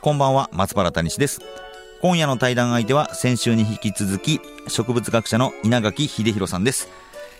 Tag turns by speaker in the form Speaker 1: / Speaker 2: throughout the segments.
Speaker 1: こんばんは、松原谷志です。今夜の対談相手は、先週に引き続き、植物学者の稲垣秀弘さんです。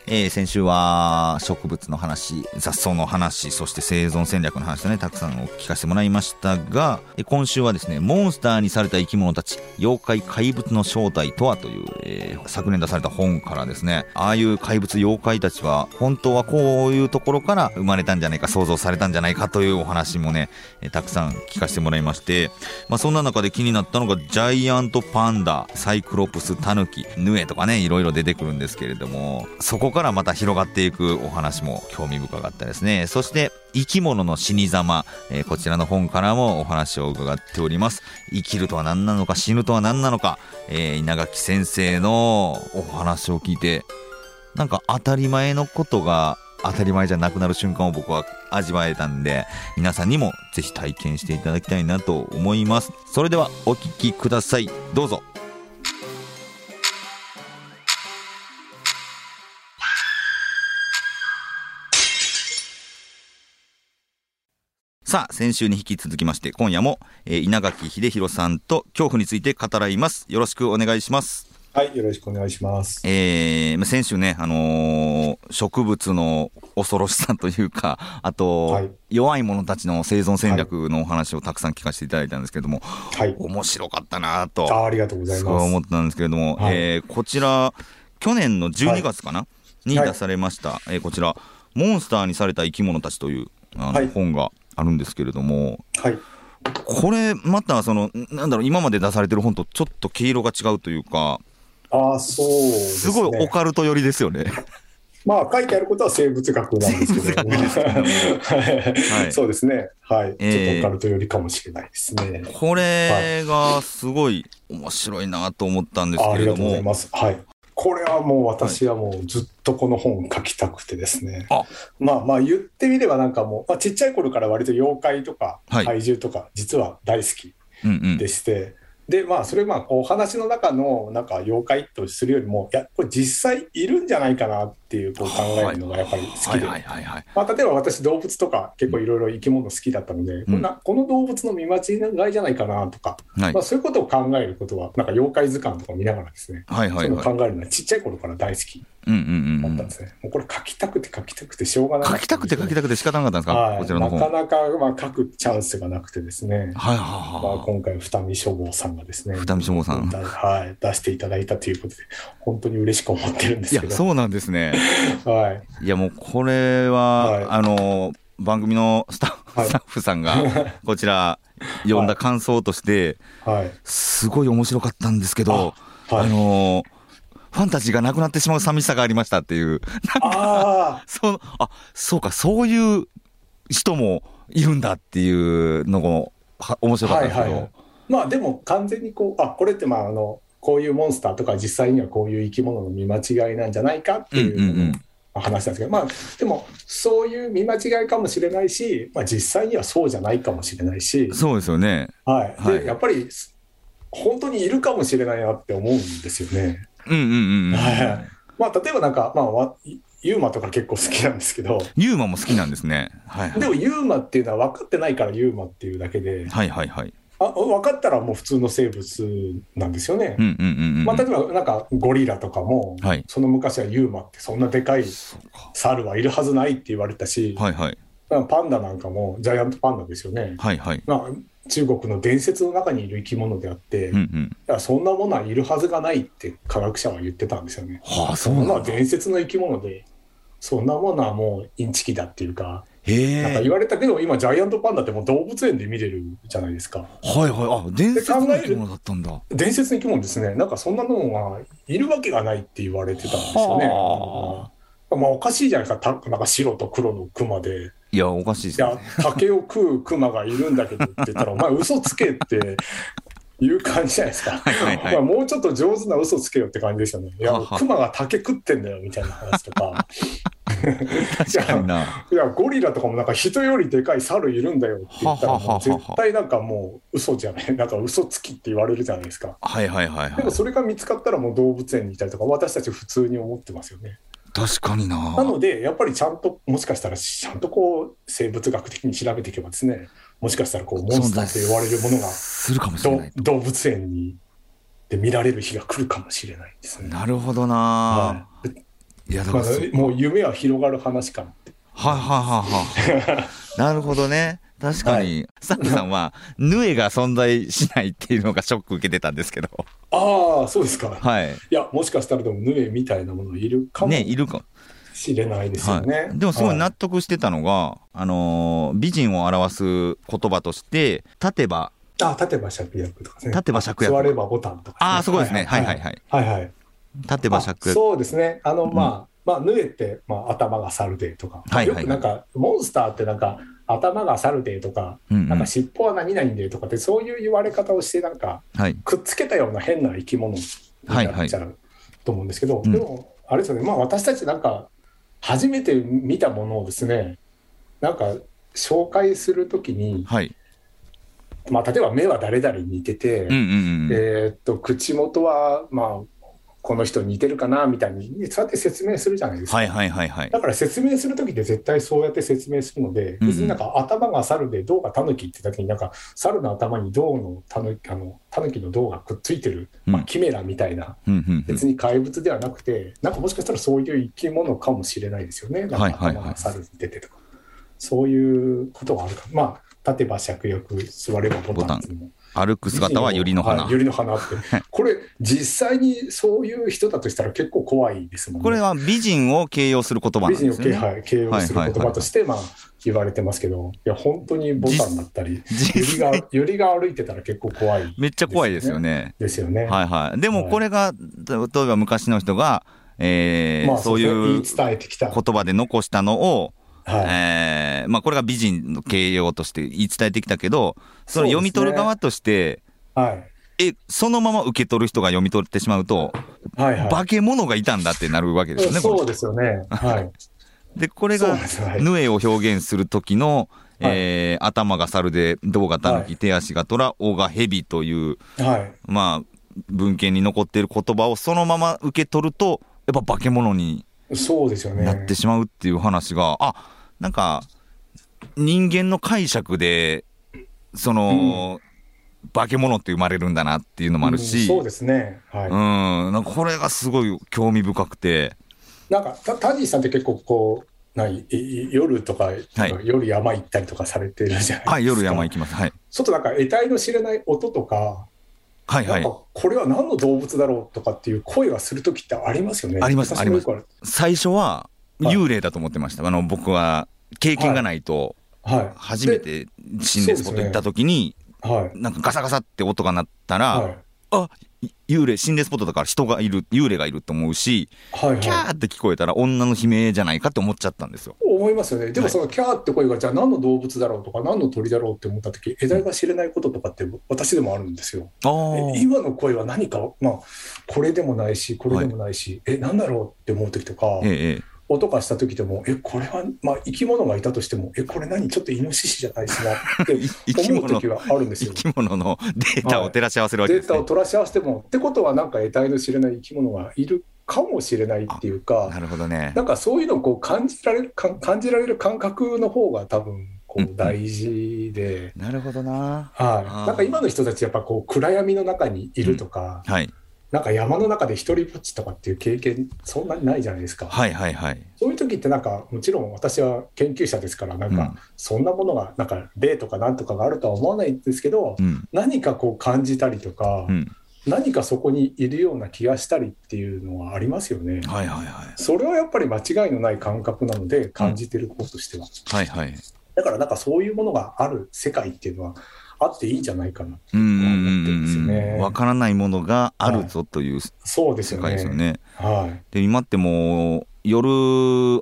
Speaker 1: えー先週は、植物の話、雑草の話、そして生存戦略の話とね、たくさんお聞かせてもらいましたが、えー今週はですね、モンスターにされた生き物たち、妖怪怪物の正体とはという、えー昨年出された本からですね、ああいう怪物妖怪たちは、本当はこういうところから生まれたんじゃないか、想像されたんじゃないかというお話もね、えーたくさん聞かせてもらいまして、まあ、そんな中で気になったのがジャイアントパンダサイクロプスタヌキヌエとかねいろいろ出てくるんですけれどもそこからまた広がっていくお話も興味深かったですねそして生き物の死に様、えーこちらの本からもお話を伺っております生きるとは何なのか死ぬとは何なのか、えー稲垣先生のお話を聞いてなんか当たり前のことが当たり前じゃなくなる瞬間を僕は味わえたんで、皆さんにもぜひ体験していただきたいなと思います。それではお聞きください。どうぞ。さあ、先週に引き続きまして、今夜も、えー稲垣秀弘さんと恐怖について語らいます。よろしくお願いします。
Speaker 2: はい、よろしくお願いします。
Speaker 1: えーまあ先週ね、あのー植物の恐ろしさというか、 あと、
Speaker 2: はい
Speaker 1: 弱い者たちの生存戦略のお話をたくさん聞かせていただいたんですけれども、
Speaker 2: はい。
Speaker 1: 面白かったな
Speaker 2: あ
Speaker 1: と、
Speaker 2: ありがとうござい
Speaker 1: すごい
Speaker 2: ま
Speaker 1: 思
Speaker 2: す
Speaker 1: っ。てたんですけれども、
Speaker 2: はい
Speaker 1: えーこちら、去年の12月かな、に
Speaker 2: はい
Speaker 1: 出されました、えーこちら、モンスターにされた生き物たちというあの、
Speaker 2: はい
Speaker 1: 本があるんですけれども、
Speaker 2: はい。
Speaker 1: これ、またその、んなんだろう、今まで出されてる本とちょっと毛色が違うというか、
Speaker 2: ああ、そうです
Speaker 1: す
Speaker 2: ね。
Speaker 1: ごいオカルト寄りですよね。
Speaker 2: まあ、書いてあることは生物学なんですけども。
Speaker 1: は
Speaker 2: はい い。そうですね。はい。ちょ
Speaker 1: えー
Speaker 2: っとオカルトよりかもしれないですね。
Speaker 1: これがすごい面白いなと思ったんです
Speaker 2: ああ
Speaker 1: け
Speaker 2: り
Speaker 1: れど
Speaker 2: がとうござい
Speaker 1: も、
Speaker 2: ます。はい。これはもう私はもうずっとこの本書きたくてですね。
Speaker 1: あ
Speaker 2: まあまあ言ってみればなんかもう、まあ、ちっちゃい頃から割と妖怪とか
Speaker 1: はい
Speaker 2: 怪獣とか実は大好き
Speaker 1: うんうん
Speaker 2: でして、でまあそれまあこうお話の中のなんか妖怪とするよりもいやこれ実際いるんじゃないかなっていうこう考えるのがやっぱり好
Speaker 1: は
Speaker 2: き
Speaker 1: い
Speaker 2: で、
Speaker 1: はいはいはい。
Speaker 2: まあ、例えば私動物とか結構いろいろ生き物好きだったので、こんなこの動物の見間違いじゃないかなとか、
Speaker 1: はい
Speaker 2: まあ、そういうことを考えることはなんか妖怪図鑑とか見ながらですね
Speaker 1: はい
Speaker 2: そ
Speaker 1: は
Speaker 2: うい
Speaker 1: いう
Speaker 2: のを
Speaker 1: はい。
Speaker 2: 考えるのはちっちゃい頃から大好き
Speaker 1: うんうん
Speaker 2: だ
Speaker 1: う
Speaker 2: っ
Speaker 1: んう
Speaker 2: たん
Speaker 1: ん
Speaker 2: で。すね、もうこれ書きたくて書きたくてしょうがない
Speaker 1: 書きたくて書きたくて仕方なかったんですか
Speaker 2: は、い
Speaker 1: こちらの本。は
Speaker 2: ないかなかまあ書くチャンスがなくてですね、
Speaker 1: はい
Speaker 2: まあ、
Speaker 1: は
Speaker 2: 今回二見書房さんがですね
Speaker 1: い。二見書房さん。
Speaker 2: だはい、出していただいたということで、本当に嬉しく思ってるんで
Speaker 1: い
Speaker 2: す
Speaker 1: や
Speaker 2: け、ど、
Speaker 1: そうなんですね。
Speaker 2: はい、
Speaker 1: いや、もうこれ
Speaker 2: はい
Speaker 1: は、あの、番組のスタッフ
Speaker 2: はい
Speaker 1: スタッフさん が、こちら、読んだ感想として、
Speaker 2: はい、
Speaker 1: すごい面白かったんですけど、
Speaker 2: あは
Speaker 1: あ
Speaker 2: い
Speaker 1: の、ファンタジーがなくなってしまう寂しさがありましたっていう。
Speaker 2: あ
Speaker 1: そう、あ、そうか、そういう人もいるんだっていうのも、は面
Speaker 2: あ、
Speaker 1: 白かったん
Speaker 2: はい、
Speaker 1: ですけ
Speaker 2: は
Speaker 1: ど。
Speaker 2: い。まあ、でも完全にこう、あ、これって、まあ、あの、こういうモンスターとか、実際にはこういう生き物の見間違いなんじゃないかって
Speaker 1: うん
Speaker 2: いう。
Speaker 1: うんうん。
Speaker 2: 話なんですけど、まあ、でもそういう見間違いかもしれないし、まあ、実際にはそうじゃないかもしれないし、
Speaker 1: そうですよね。
Speaker 2: はいで
Speaker 1: はい
Speaker 2: やっぱり本当にいるかもしれないなって思うんですよね。
Speaker 1: うんうんうんうん。
Speaker 2: はいまあ、例えばなんか、まあわ、ユーマとか結構好きなんですけど、
Speaker 1: ユーマも好きなんですね。はいはい。
Speaker 2: でもユーマっていうのは分かってないからユーマっていうだけで、
Speaker 1: はいはいはい。
Speaker 2: あ分かったらもう普通の生物なんですよね
Speaker 1: う。んうんうんうん。
Speaker 2: まあ、例えばなんかゴリラとかも、
Speaker 1: はい
Speaker 2: その昔はユーマってそんなでかい
Speaker 1: そうか
Speaker 2: 猿はいるはずないって言われたし、
Speaker 1: はいはい。
Speaker 2: まあパンダなんかもジャイアントパンダですよね。
Speaker 1: はいはい。
Speaker 2: まあ、中国の伝説の中にいる生き物であって、
Speaker 1: うんう
Speaker 2: い
Speaker 1: ん。
Speaker 2: やそんなものはいるはずがないって科学者は言ってたんですよね。
Speaker 1: はあ、そ
Speaker 2: そ
Speaker 1: うんな
Speaker 2: なん
Speaker 1: だ。
Speaker 2: 伝説の生き物でそんなものはもうインチキだっていうか
Speaker 1: へえ。
Speaker 2: なん
Speaker 1: は
Speaker 2: か
Speaker 1: い
Speaker 2: 言われたけど、今、ジャイアントパンダってもう動物園で見れるじゃないですか。
Speaker 1: はい。あ、伝説の生き物だったんだ。
Speaker 2: 伝説の生き物ですね。なんかそんなのがいるわけがないって言われてたんですよね。
Speaker 1: は
Speaker 2: まあ、おかしいじゃないですか。たなんか白と黒のクマで、
Speaker 1: いや、おかしいで
Speaker 2: い
Speaker 1: すね
Speaker 2: や。、竹を食う熊がいるんだけどって言っ たら、お前、嘘つけっていう感じじゃないですか。
Speaker 1: はいはい はい
Speaker 2: お前もうちょっと上手な嘘つけよって感じですよね。いや
Speaker 1: はは、
Speaker 2: 熊が竹食ってんだよみたいな話とか。
Speaker 1: 確かにな。
Speaker 2: いや、ゴリラとかもなんか人よりでかい猿いるんだよって言ったら、
Speaker 1: ははは
Speaker 2: も
Speaker 1: は
Speaker 2: う絶対なんかもう嘘じゃない、 なんか嘘つきって言われるじゃないですか。
Speaker 1: はいはいはいは
Speaker 2: で
Speaker 1: い
Speaker 2: も。それが見つかったらもう動物園にいたりとか、私たち普通に思ってますよね。
Speaker 1: 確かにな。
Speaker 2: なので、やっぱりちゃんと、もしかしたら、ちゃんとこう、生物学的に調べていけばですね、もしかしたらこう、モンスターって言われるものが
Speaker 1: するかもしれない
Speaker 2: ど。動物園にで見られる日が来るかもしれないですね。
Speaker 1: なるほどな。
Speaker 2: はい
Speaker 1: いや、だか
Speaker 2: ま
Speaker 1: ら
Speaker 2: あ
Speaker 1: そう、
Speaker 2: もう夢は広がる話かな。
Speaker 1: はいはいはい はい。なるほどね。確かに、サックさんは、ヌエが存在しないっていうのがショック受けてたんですけど。
Speaker 2: ああ、そうですか。
Speaker 1: はい。
Speaker 2: いや、もしかしたらでも、ヌエみたいなものいるかも
Speaker 1: ね、いるか。
Speaker 2: しれないですよね。
Speaker 1: はい。でもすごい
Speaker 2: は
Speaker 1: 納得してたのが、あのー美人を表す言葉として、立てば、
Speaker 2: あ、立てば芍薬とかね。
Speaker 1: 立てば芍薬
Speaker 2: 座ればボタンとか、
Speaker 1: ああ、そこですね。はいはい
Speaker 2: い。
Speaker 1: はい。
Speaker 2: はいはい。
Speaker 1: 立てば芍
Speaker 2: あ
Speaker 1: 薬。
Speaker 2: そうですね。あの、まあ、まあ、ヌエって、まあ、頭が猿でとか、
Speaker 1: はいはいはい
Speaker 2: よくなんか、モンスターってなんか、頭が猿でとか、
Speaker 1: うんうん
Speaker 2: なんか尻尾は何々でとかって、そういう言われ方をして、なんか、
Speaker 1: はい。
Speaker 2: くっつけたような変な生き物に
Speaker 1: はい
Speaker 2: なっちゃうと思うんですけど、
Speaker 1: うん
Speaker 2: でも、あれですよね、まあ、私たちなんか、初めて見たものをですね、なんか、紹介するときに、
Speaker 1: はい。
Speaker 2: まあ、例えば目は誰々に似てて、
Speaker 1: うんうんうん。
Speaker 2: えーっと口元はまあこの人に似てるかなみたいにそうやって説明するじゃないですか、
Speaker 1: はいはいはいはい。
Speaker 2: だから説明する時って絶対そうやって説明するので、
Speaker 1: うん
Speaker 2: 別になんか頭が猿で銅がタヌキって時になんか猿の頭に銅のタヌキあのタヌキの銅がくっついてる、ま
Speaker 1: う
Speaker 2: あ、
Speaker 1: ん
Speaker 2: キメラみたいな、
Speaker 1: うんうんうん
Speaker 2: 別に怪物ではなくてなんかもしかしたらそういう生き物かもしれないですよねなんか
Speaker 1: はいはいはい
Speaker 2: 頭が猿に出てとか、そういうことがあるかまあ立てば芍薬座ればボタンっていうのも
Speaker 1: 歩く姿は百合の花
Speaker 2: はい。百合の花って。これ、実際にそういう人だとしたら結構怖いですもんね。
Speaker 1: これは美人を形容する言葉なん
Speaker 2: 美
Speaker 1: です
Speaker 2: 人
Speaker 1: よ
Speaker 2: を
Speaker 1: ね。
Speaker 2: 形はい形容する言葉として、まあ、言われてますけど、いや、本当にボタンだったり、ゆり
Speaker 1: 実
Speaker 2: が
Speaker 1: 際、
Speaker 2: ゆりが歩いてたら結構怖い
Speaker 1: めっちゃ怖いですよね。
Speaker 2: ですよね。
Speaker 1: はいはい。でもこれが、例えば昔の人が、えー
Speaker 2: まあ、
Speaker 1: そういう
Speaker 2: ですね言い伝えてきた。はい。
Speaker 1: 言葉で残したのを、
Speaker 2: はい
Speaker 1: えーまあ、これが美人の形容として言い伝えてきたけど、その読み取る側として、
Speaker 2: はい。
Speaker 1: え、そのまま受け取る人が読み取ってしまうと、
Speaker 2: はい。
Speaker 1: 化け物がいたんだってなるわけですよね、こ
Speaker 2: そうですよね。はい。
Speaker 1: れで、これ
Speaker 2: そう
Speaker 1: が
Speaker 2: なん、ですよ。はい
Speaker 1: ヌエを表現する時の、
Speaker 2: はい
Speaker 1: えー頭が猿で、胴がタヌキ、
Speaker 2: はい
Speaker 1: 手足が虎、尾が蛇という、
Speaker 2: はい。
Speaker 1: まあ、文献に残っている言葉をそのまま受け取ると、やっぱ化け物に
Speaker 2: そうですよね。
Speaker 1: なってしまうっていう話が、あなんか、人間の解釈で、その、化け物って生まれるんだなっていうのもある
Speaker 2: うん
Speaker 1: し、
Speaker 2: そうですね。はい。
Speaker 1: うん、なんかこれがすごい興味深くて、
Speaker 2: なんかタタジーさんって結構こうないいい夜とか、夜山行ったりとかされてるじゃないですか。
Speaker 1: はい、夜山行きます。はい。
Speaker 2: ちょっとなんか得体の知れない音とか、
Speaker 1: はいは
Speaker 2: ないん。かこれは何の動物だろうとかっていう声がする時ってありますよね。
Speaker 1: あります
Speaker 2: 私もよくあり
Speaker 1: 最初は
Speaker 2: はい
Speaker 1: 幽霊だと思ってました。あの、僕は経験がないと、
Speaker 2: はい。
Speaker 1: 初めて心霊スポット行った時に、
Speaker 2: はい。
Speaker 1: なんかガサガサって音が鳴ったら、
Speaker 2: はい。
Speaker 1: あ幽霊、心霊スポットだから人がいる、幽霊がいると思うし、
Speaker 2: はい
Speaker 1: キャ
Speaker 2: はい。
Speaker 1: ーって聞こえたら女の悲鳴じゃないかって思っちゃったんですよ。
Speaker 2: 思いますよね。でも
Speaker 1: はい
Speaker 2: そのキャーって声が、じゃあ何の動物だろうとか、何の鳥だろうって思った時、得体が知れないこととかって私でもあるんですよ。
Speaker 1: あ
Speaker 2: え今の声は何か、まあ、これでもないし、これでもないし、え、何だろうって思う時とか。
Speaker 1: えええ
Speaker 2: 音がした時でも、え、これは、まあ、生き物がいたとしても、え、これ何ちょっとイノシシじゃないしなって
Speaker 1: え、 生き
Speaker 2: 思う
Speaker 1: 物
Speaker 2: 時はあるんです
Speaker 1: 生
Speaker 2: よ。
Speaker 1: き物のデータを照らし合わせるわけ
Speaker 2: デ
Speaker 1: で
Speaker 2: ー
Speaker 1: すね。
Speaker 2: タを取らし合わせても、ってことはなんか得体の知れない生き物がいるかもしれないっていう
Speaker 1: な
Speaker 2: か、
Speaker 1: るほどね
Speaker 2: な。んかそういうのをこう感じられるか感じられる感覚の方が多分こ
Speaker 1: うんう
Speaker 2: うん大事で、
Speaker 1: なるほどな。
Speaker 2: はい、
Speaker 1: あー
Speaker 2: なんか今の人たちやっぱこう暗闇の中にいるとか、
Speaker 1: はい。
Speaker 2: なんか山の中で一人ぼっちとかっていう経験そんなにないじゃないですか。
Speaker 1: はいはいはい。
Speaker 2: そういう時ってなんかもちろん私は研究者ですからなん
Speaker 1: うん
Speaker 2: かそんなものがなんか例とかなんとかがあるとは思わないんですけど
Speaker 1: うん。
Speaker 2: 何かこう感じたりとか
Speaker 1: うん。
Speaker 2: 何かそこにいるような気がしたりっていうのはありますよね。
Speaker 1: はいはいはい。
Speaker 2: それはやっぱり間違いのない感覚なので感じてる方としては。
Speaker 1: はいはい。
Speaker 2: だからなんかそういうものがある世界っていうのはあっていいんじゃないかな。
Speaker 1: うんうん
Speaker 2: 思ってるんですよ
Speaker 1: うんうん。
Speaker 2: ね
Speaker 1: わからないものがあるぞという
Speaker 2: そうです
Speaker 1: 世
Speaker 2: よ
Speaker 1: 界ですよ
Speaker 2: ね。
Speaker 1: ね。
Speaker 2: は
Speaker 1: で今っても夜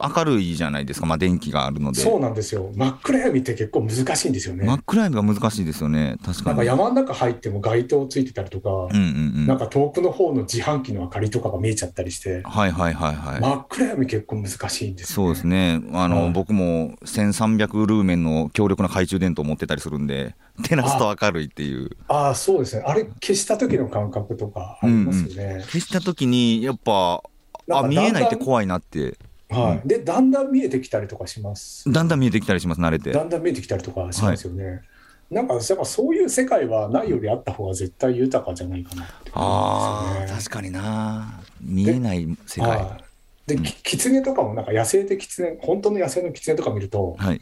Speaker 1: 明るいじゃないですか、まあ、電気があるので
Speaker 2: そうなんですよ。真っ暗闇って結構難しいんですよね。
Speaker 1: 真っ暗闇が難しいですよね確か
Speaker 2: な
Speaker 1: に
Speaker 2: んか山の中入っても街灯ついてたりとか
Speaker 1: う、んうんう
Speaker 2: なん
Speaker 1: ん
Speaker 2: か遠くの方の自販機の明かりとかが見えちゃったりして、
Speaker 1: はいはいはいはい、
Speaker 2: 真っ暗闇結構難しいんですよ、
Speaker 1: そうですねあの、
Speaker 2: はい
Speaker 1: 僕も1300ルーメンの強力な懐中電灯を持ってたりするんで照らすと明るいっていう
Speaker 2: ああ、そうですね。あれ消した時の感覚とかありますよね。
Speaker 1: 消した時にやっぱ
Speaker 2: なん
Speaker 1: あ
Speaker 2: か
Speaker 1: 見えないって
Speaker 2: だんだん
Speaker 1: 怖いなって
Speaker 2: はい。で、だんだん見えてきたりとかします。
Speaker 1: だんだん見えてきたりします慣れて
Speaker 2: だんだん見えてきたりとかしますよね。なんかやっぱそういう世界はないよりあった方が絶対豊かじゃないかなって
Speaker 1: あ
Speaker 2: 思うん
Speaker 1: あ、
Speaker 2: です
Speaker 1: 確かにな見えない世
Speaker 2: よね。
Speaker 1: 界
Speaker 2: はいで、きキツネとかもなんか野生でキツネ、本当の野生のキツネとか見ると、
Speaker 1: はい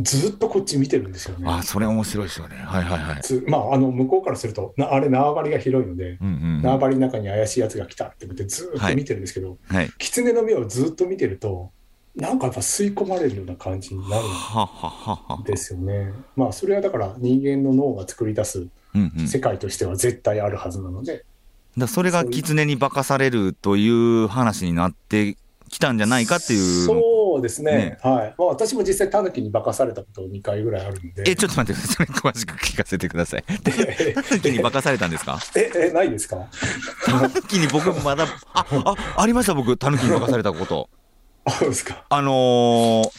Speaker 2: ずっとこっち見てるんですよね。
Speaker 1: あそれ面白いですよねはいはいはい
Speaker 2: つまあ、あの向こうからするとなあれ縄張りが広いので、
Speaker 1: うんうん
Speaker 2: 縄張りの中に怪しいやつが来たってことでずーっと見てるんですけど、
Speaker 1: はい
Speaker 2: 狐の目をずっと見てるとなんかやっぱ吸い込まれるような感じになる
Speaker 1: はははは
Speaker 2: んですよね。まあそれはだから人間の脳が作り出す
Speaker 1: うんうん
Speaker 2: 世界としては絶対あるはずなので、
Speaker 1: だそれが狐に化かされるという話になってきたんじゃないかっていうの
Speaker 2: そうですね
Speaker 1: ね
Speaker 2: はい、まあ、私も実際タヌキに化かされたこと2回ぐらいあるんで
Speaker 1: えちょっと待ってくださいそれ詳しく聞かせてくださ いで
Speaker 2: え
Speaker 1: タヌキに化かされたんですか
Speaker 2: ええないですか
Speaker 1: タヌキに僕まだああありました僕タヌキに化かされたこと
Speaker 2: あそうですか
Speaker 1: あの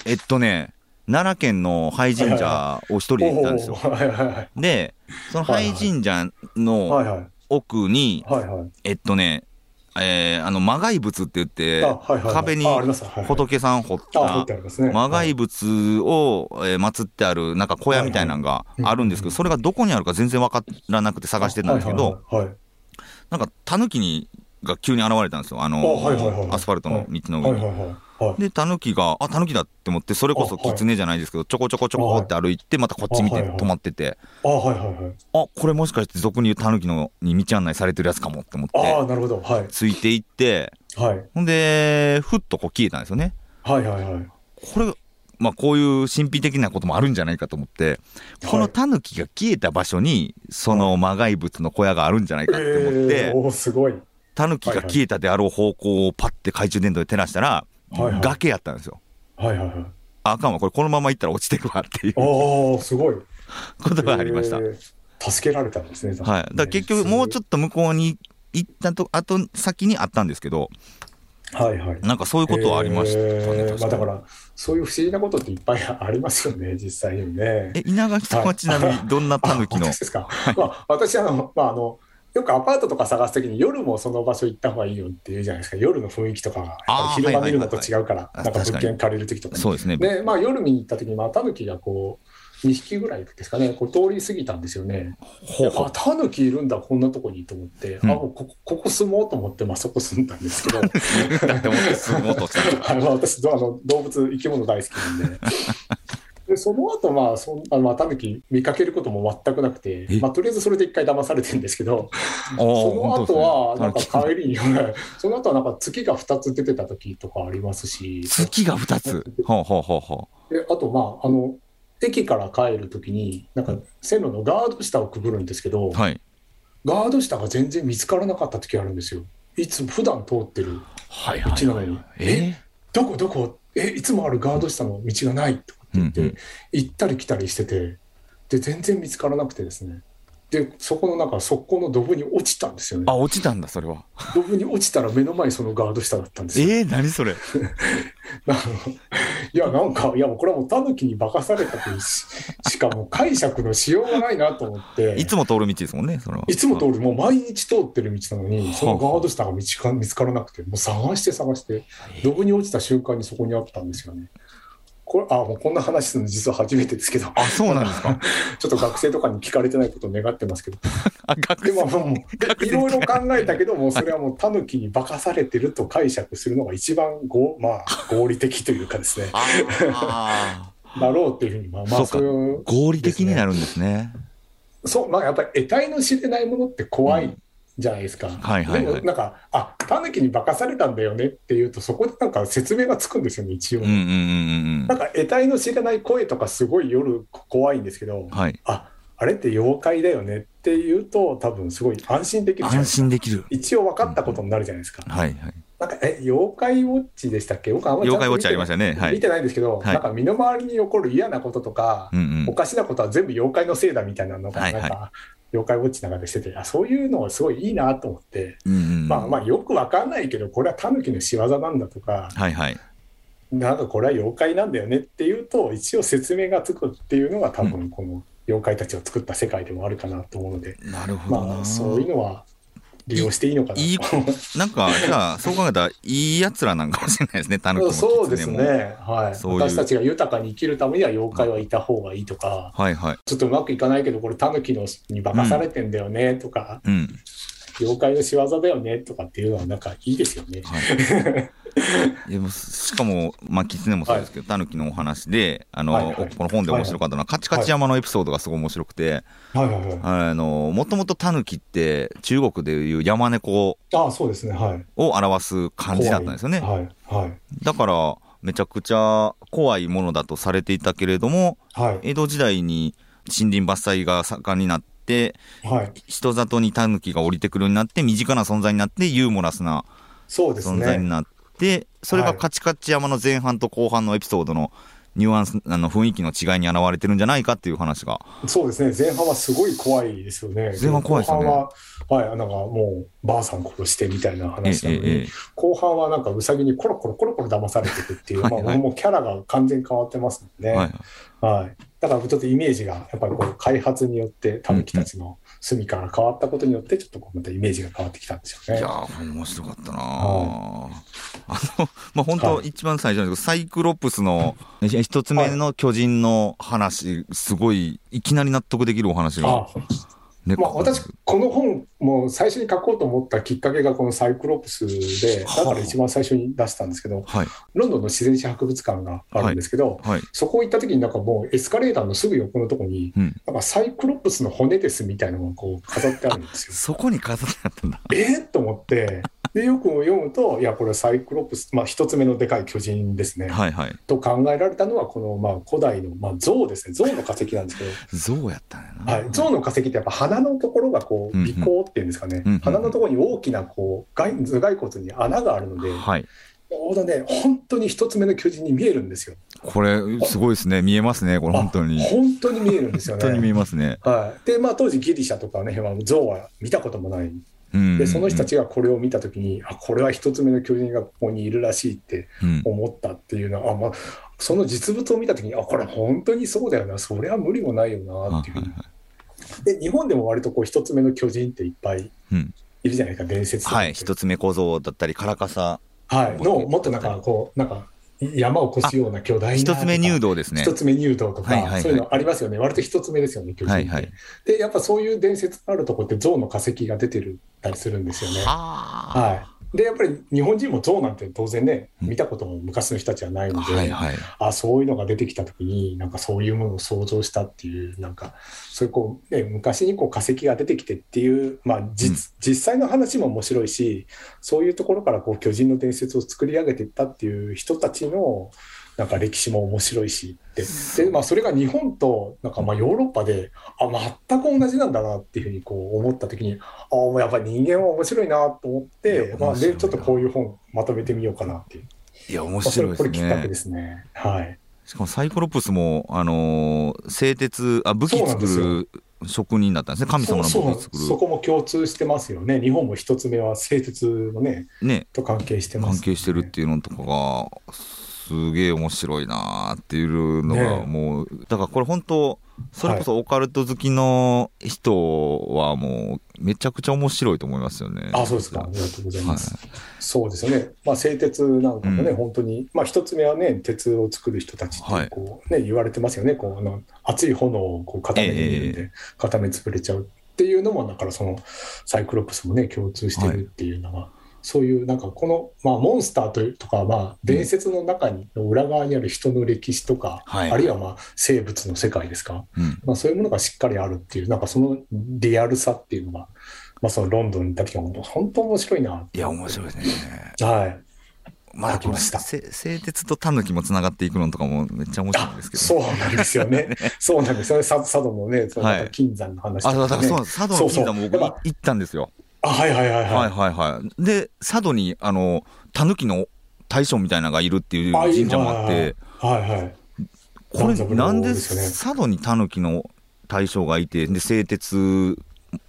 Speaker 1: ー、えっとね奈良県の廃神社を一人で行ったんですよ
Speaker 2: おおはいはいはい
Speaker 1: でその廃神社
Speaker 2: は
Speaker 1: の
Speaker 2: いはい
Speaker 1: 奥に
Speaker 2: はいはい
Speaker 1: えっとねえー、あの魔害仏って言って
Speaker 2: あはいはいはい
Speaker 1: 壁に
Speaker 2: あありますはいはい
Speaker 1: 仏さん掘っ
Speaker 2: あ掘
Speaker 1: た
Speaker 2: ってありますね
Speaker 1: 魔害仏をえー祀ってあるなんか小屋みたいなのがあるんですけどそれがどこにあるか全然分からなくて探してたんですけど
Speaker 2: はいはいはい
Speaker 1: なんかタヌキにが急に現れたんですよあの
Speaker 2: あはいはいはい
Speaker 1: アスファルトの道の
Speaker 2: は
Speaker 1: 上
Speaker 2: い
Speaker 1: に
Speaker 2: はい。はいはい
Speaker 1: でタヌキがあタヌキだって思ってそれこそ
Speaker 2: あはい
Speaker 1: キツネじゃないですけどちょこちょこちょこって歩いてまたこっち見て
Speaker 2: あはいはい
Speaker 1: 止まってて
Speaker 2: あはいはいはい
Speaker 1: あこれもしかして俗に言うタヌキのに道案内されてるやつかもって思
Speaker 2: あ
Speaker 1: って
Speaker 2: あなるほどはい
Speaker 1: ついていって
Speaker 2: はい
Speaker 1: ほんでふっとこう消えたんですよね。
Speaker 2: はいはいはい
Speaker 1: これまあこういう神秘的なこともあるんじゃないかと思ってこのタヌキが消えた場所にその魔害物の小屋があるんじゃないかって思っ
Speaker 2: え
Speaker 1: て
Speaker 2: ー、おーすごい
Speaker 1: タヌキが消えたであろう方向をパッて懐中電灯で照らしたら
Speaker 2: はいはい
Speaker 1: 崖やったんですよ。
Speaker 2: はいはいはい
Speaker 1: ああかんわこれこのまま行ったら落ちてくわっていうこ
Speaker 2: ああすごい
Speaker 1: とがありました。
Speaker 2: え
Speaker 1: はい、
Speaker 2: ー助けられたんですね
Speaker 1: だから結局もうちょ
Speaker 2: っ
Speaker 1: っと向こうに行ったとあと先にあったんですけど
Speaker 2: とはいはい
Speaker 1: なんかそういうことはありましたね。
Speaker 2: えー
Speaker 1: 確
Speaker 2: まあ、だか
Speaker 1: から
Speaker 2: そういう不思議なことっていっぱいありますよね 実際にね
Speaker 1: え稲垣さんはちなみにどんなタヌキ
Speaker 2: あ
Speaker 1: の
Speaker 2: 私ですか、まあ、私あの、まあ、あのよくアパートとか探すときに夜もその場所行った方がいいよって言うじゃないですか夜の雰囲気とかがやっぱ
Speaker 1: あー
Speaker 2: り昼間
Speaker 1: はい
Speaker 2: 見
Speaker 1: は
Speaker 2: る
Speaker 1: いはい
Speaker 2: のと違うから
Speaker 1: あ
Speaker 2: なんか
Speaker 1: 確か
Speaker 2: 物
Speaker 1: に
Speaker 2: 件借りるときとかに
Speaker 1: そうですね。
Speaker 2: で、まあ、夜見に行った時に、まあ、タヌキがこう、2匹ぐらいですかね、こう通り過ぎたんですよね。
Speaker 1: ほうほう
Speaker 2: あ、タヌキいるんだ、こんなとこにと思って、
Speaker 1: うん
Speaker 2: あ、もうここ、ここ住もうと思って、まあ、そこ住んだんです けど、
Speaker 1: だって思って進もうとしたの
Speaker 2: あの私どあの、動物、生き物大好きなん で。でその後、まあそんあのまあタヌキ見かけることも全くなくて
Speaker 1: え、
Speaker 2: まあ、とりあえずそれで一回騙されてるんですけ ど、そ
Speaker 1: おー
Speaker 2: の
Speaker 1: 本当
Speaker 2: 後はなん
Speaker 1: で
Speaker 2: か
Speaker 1: すね
Speaker 2: 帰りに、 その後はなんか月が2つ出てた時とかありますし、
Speaker 1: 月が二つ。 ほうほうほうほ
Speaker 2: であとまああの駅から帰るときになんか線路のガード下をくぐるんですけど、
Speaker 1: う。はい。
Speaker 2: ガード下が全然見つからなかった時あるんですよいつも普段通ってる
Speaker 1: はい
Speaker 2: 道なのに、
Speaker 1: え
Speaker 2: どこどこえいつもあるガード下の道がないとかって言って、
Speaker 1: うんうん
Speaker 2: 行ったり来たりしててで全然見つからなくてですねでそこのなんか側溝のドブに落ちたんですよね
Speaker 1: あ、落ちたんだ、それは。
Speaker 2: ドブに落ちたら目の前にそのガード下だったんですよ
Speaker 1: えー、何それ。
Speaker 2: あのいや、なんか、いや、もうこれはもうタヌキに化かされたというし、しかも解釈のしようがないなと思って、
Speaker 1: いつも通る道ですもんね、それは。
Speaker 2: いつも通り、もう毎日通ってる道なのに、そのガード下が見つか見つからなくて、もう探して探して、ドブに落ちた瞬間にそこにあったんですよね。これあもうこんな話するの実は初めてですけど、
Speaker 1: あ、そうなんですか。
Speaker 2: ちょっと学生とかに聞かれてない ことを願ってますけど、
Speaker 1: あ、学
Speaker 2: でも
Speaker 1: 生。
Speaker 2: もう
Speaker 1: 学
Speaker 2: い
Speaker 1: 生
Speaker 2: ろいろ考えたけどもうそれはもうタヌキに化かされてると解釈するのが一番ご、まあ、合理的というかですね
Speaker 1: あ
Speaker 2: だろうっていうふうに、まあ、ま
Speaker 1: そう
Speaker 2: あ、
Speaker 1: か
Speaker 2: そういう
Speaker 1: ー、合理的になるんですね。
Speaker 2: そう、まあ、やっぱり得体の知れないものって怖いじゃないですか。
Speaker 1: はいはいはい
Speaker 2: でも、なんか、あ、タヌキに化かされたんだよねっていうと、そこでなんか説明がつくんですよね、一応。
Speaker 1: うんうんうんうん
Speaker 2: なんか、得体の知れない声とか、すごい夜怖いんですけど
Speaker 1: うん。、はい。
Speaker 2: あ、あれって妖怪だよねっていうと、多分すごい安心できるじゃない
Speaker 1: 安
Speaker 2: ですか。
Speaker 1: 心できる。
Speaker 2: 一応分かったことになるじゃないですか。
Speaker 1: はいはい。
Speaker 2: なんかえ妖怪ウォッチでしたっけ僕あんまり
Speaker 1: 妖怪ウォッチありましたね。は
Speaker 2: 見
Speaker 1: い。
Speaker 2: てないんですけど、
Speaker 1: はい
Speaker 2: なんか身の回りに起こる嫌なこととか、
Speaker 1: うんう
Speaker 2: お
Speaker 1: ん。
Speaker 2: かしなことは全部妖怪のせいだみたいなのが、
Speaker 1: はい
Speaker 2: な
Speaker 1: は
Speaker 2: ん
Speaker 1: い
Speaker 2: か妖怪ウォッチの中でしててあそういうのすごいいいなと思って、
Speaker 1: うんうん。
Speaker 2: まあまあよくわかんないけどこれはタヌキの仕業なんだとか
Speaker 1: はいはい。
Speaker 2: なんかこれは妖怪なんだよねっていうと一応説明がつくっていうのが多分この妖怪たちを作った世界でもあるかなと思うので、
Speaker 1: なるほど
Speaker 2: ま
Speaker 1: な。
Speaker 2: あそういうのは利用していいのかなと
Speaker 1: いいこなんか、じゃあ、そう考えたら、いいやつらなんかもしれないですね、タヌキも。
Speaker 2: そうです
Speaker 1: キツネも。
Speaker 2: ね、はい、
Speaker 1: そういう
Speaker 2: 私たちが豊かに生きるためには妖怪はいた方がいいとか、
Speaker 1: はいはい。
Speaker 2: ちょっとうまくいかないけどこれタヌキのに化かされてんだよねとか、
Speaker 1: うん。
Speaker 2: 妖怪の仕業だよねとかっていうのはなんかいいですよね。
Speaker 1: はい、でもしかも、まあ、キツネもそうですけど、タヌキのお話で、あの、
Speaker 2: はいはい
Speaker 1: この本で面白かったのは、カチカチ山のエピソードがすごい面白くて、
Speaker 2: はいはいはい。
Speaker 1: あの、もともとタヌキって、中国でいう山猫
Speaker 2: ああそうですねはい。
Speaker 1: を表す漢字だったんですよね。
Speaker 2: 怖いはいはい
Speaker 1: だから、めちゃくちゃ怖いものだとされていたけれども、
Speaker 2: はい
Speaker 1: 江戸時代に森林伐採が盛んになって、
Speaker 2: はい。
Speaker 1: 人里にタヌキが降りてくるようになって身近な存在になってユーモラスな
Speaker 2: そうです
Speaker 1: 存在に
Speaker 2: ね。
Speaker 1: なって、それが
Speaker 2: はい
Speaker 1: カチカチ山の前半と後半のエピソードのニュアンスあの雰囲気の違いに表れてるんじゃないかっていう話が
Speaker 2: そうですね。前半はすごい怖いですよね。
Speaker 1: 前半怖いですよね
Speaker 2: 後半ははいなんかもうばあさん殺してみたいな
Speaker 1: ええ
Speaker 2: 話なのに、
Speaker 1: ええ
Speaker 2: 後半はなんかウサギにコロコロコロコロ騙されていくっていう
Speaker 1: はいはい
Speaker 2: まあもうキャラが完全に変わってますので、
Speaker 1: ええ
Speaker 2: ね
Speaker 1: は
Speaker 2: はいい、だからちょっとイメージがやっぱりこう開発によってタヌキたちの住みから変わったことによってちょっとこうまたイメージが変わってきたんでしょう
Speaker 1: い
Speaker 2: ね。
Speaker 1: やー面白かったなー、
Speaker 2: は
Speaker 1: あの まあ本当
Speaker 2: はい
Speaker 1: 一番最初なんですけどサイクロプスのえ一つ目の巨人の話すごいいきなり納得できるお話が、
Speaker 2: あ
Speaker 1: ね
Speaker 2: まあ、私
Speaker 1: こ、
Speaker 2: この本も最初に書こうと思ったきっかけがこのサイクロプスで、だから一番最初に出したんですけど、
Speaker 1: はい
Speaker 2: ロンドンの自然史博物館があるんですけど、
Speaker 1: はい
Speaker 2: そこ行った時になんかもうエスカレーターのすぐ横のとこに、
Speaker 1: うん
Speaker 2: なんかサイクロプスの骨ですみたいなのがこう飾ってあるんですよ。
Speaker 1: そこに飾ってあったんだ
Speaker 2: えー、と思って、でよく読むと、いや、これはサイクロプス、まあ、一つ目のでかい巨人ですね。
Speaker 1: はいはい
Speaker 2: と考えられたのは、このまあ古代の、まあ、象ですね、象の化石なんですけど、
Speaker 1: 象やったんやな
Speaker 2: はい、象の化石ってやっぱ鼻のところがこう
Speaker 1: うんうん
Speaker 2: 鼻孔っていうんですかね、
Speaker 1: うんうん
Speaker 2: 鼻のところに大きなこう外頭蓋骨に穴があるので、ち
Speaker 1: はい
Speaker 2: ょうどね、本当に一つ目の巨人に見えるんですよ。
Speaker 1: これすごいですね見えますねこれ本当に
Speaker 2: あ本当に見えるんですよ
Speaker 1: 本当に見
Speaker 2: ね。
Speaker 1: えますね。
Speaker 2: はい、で、まあ、当時ギリシャとかね、まあ、象は見たこともない
Speaker 1: うん
Speaker 2: でその人た、ちがこれを見たときに、あこれは一つ目の巨人がここにいるらしいって
Speaker 1: うん
Speaker 2: 思ったっていうのは、あまあ、その実物を見たときに、あこれ本当にそうだよな、それは無理もないよなっていうふうにで日本でも割とこう一つ目の巨人っていっぱい
Speaker 1: うん
Speaker 2: いるじゃないですか、伝説とか
Speaker 1: はい、一つ目小僧だったり、からかさ、
Speaker 2: はい、のもっとなんかこうなんか山を越すような巨大な
Speaker 1: 一つ目入
Speaker 2: 道
Speaker 1: 道ですね
Speaker 2: 一。つ目入道とか、
Speaker 1: はいはいはい
Speaker 2: そういうのありますよね割と一つ目ですよね巨人っ
Speaker 1: は
Speaker 2: て、
Speaker 1: いはい。
Speaker 2: でやっぱそういう伝説のあるとこって象の化石が出てるたりするんですよね
Speaker 1: は
Speaker 2: はいでやっぱり日本人も象なんて当然ね
Speaker 1: うん
Speaker 2: 見たことも昔の人たちはない
Speaker 1: あ
Speaker 2: ので、
Speaker 1: はいはい。
Speaker 2: あそういうのが出てきた時になんかそういうものを想像したっていうなんかそういうこう、ね、昔にこう化石が出てきてっていう、まあ実
Speaker 1: うん
Speaker 2: 実際の話も面白いしそういうところからこう巨人の伝説を作り上げていったっていう人たちのなんか歴史も面白いしってで、まあ、それが日本となんかまあヨーロッパであ全く同じなんだなっていうふうにこう思った時にあもうやっぱり人間は面白いなと思っ
Speaker 1: い
Speaker 2: て
Speaker 1: や、
Speaker 2: まあ、
Speaker 1: 面白い
Speaker 2: で
Speaker 1: な
Speaker 2: ちょっとこういう本まとめてみようかなっていう、
Speaker 1: いや、面
Speaker 2: まあ、そ
Speaker 1: 白
Speaker 2: れ
Speaker 1: いで
Speaker 2: こ
Speaker 1: す
Speaker 2: れきっかけ
Speaker 1: ね
Speaker 2: で。すね。はい
Speaker 1: しかもサイコロプスも、あのー製鉄、あ、武器
Speaker 2: そうなんです
Speaker 1: 作る職人だったんですね。神様の
Speaker 2: そう
Speaker 1: 武器作
Speaker 2: そうそ
Speaker 1: る。
Speaker 2: こも共通してますよね、日本も一つ目は製鉄のね、
Speaker 1: ね、
Speaker 2: と関係してます、
Speaker 1: 関係してるっていうのとかが、すげえ面白いなーっていうのが、
Speaker 2: ねえ
Speaker 1: もう、だからこれ本当、それこそオカルト好きの人はもう、めちゃくちゃ面白いと思いますよね。
Speaker 2: あそうですか、ありがとうござい
Speaker 1: は
Speaker 2: ます。そうですよね、まあ、製鉄なんかもね、
Speaker 1: うん
Speaker 2: 本当に、まあ、一つ目はね、鉄を作る人たちっ
Speaker 1: はい
Speaker 2: てこう、ね言われてますよね、こうあの熱い炎をこう固めに入れるん
Speaker 1: え
Speaker 2: で、固め潰れちゃうっていうのも、だからそのサイクロプスもね、共通してるっていうのは。そういうなんかこの、まあ、モンスターというとか、まあ、伝説の中に、裏側にある人の歴史とか、
Speaker 1: はい
Speaker 2: あるいはまあ生物の世界ですか、
Speaker 1: い。うん
Speaker 2: まあ、そういうものがしっかりあるっていう、なんかそのリアルさっていうのが、まあ、そのロンドンにいた時は、本当面白いな。
Speaker 1: いや、面白いですね。
Speaker 2: はい。
Speaker 1: まあ、
Speaker 2: 書き
Speaker 1: この
Speaker 2: ました
Speaker 1: せ製鉄とタヌキもつながっていくのとかもめっちゃ面白いんですけど。
Speaker 2: そうなんです よね。そうなんですよね。さ佐渡のね、その
Speaker 1: はい
Speaker 2: 金山の話と
Speaker 1: あ、
Speaker 2: か、
Speaker 1: だ
Speaker 2: ね
Speaker 1: からそうなんです。佐渡の金山も
Speaker 2: そうそう
Speaker 1: 僕い行ったんですよ。
Speaker 2: あはいはいはい
Speaker 1: は
Speaker 2: はい
Speaker 1: はいはい。で、佐渡に、あの、狸の大将みたいなのがいるっていう
Speaker 2: いあいい
Speaker 1: 神
Speaker 2: な
Speaker 1: 社もあって、
Speaker 2: はいはい
Speaker 1: これ
Speaker 2: 万三郎
Speaker 1: なんで
Speaker 2: ですよね
Speaker 1: 佐渡に狸の大将がいて、で、製鉄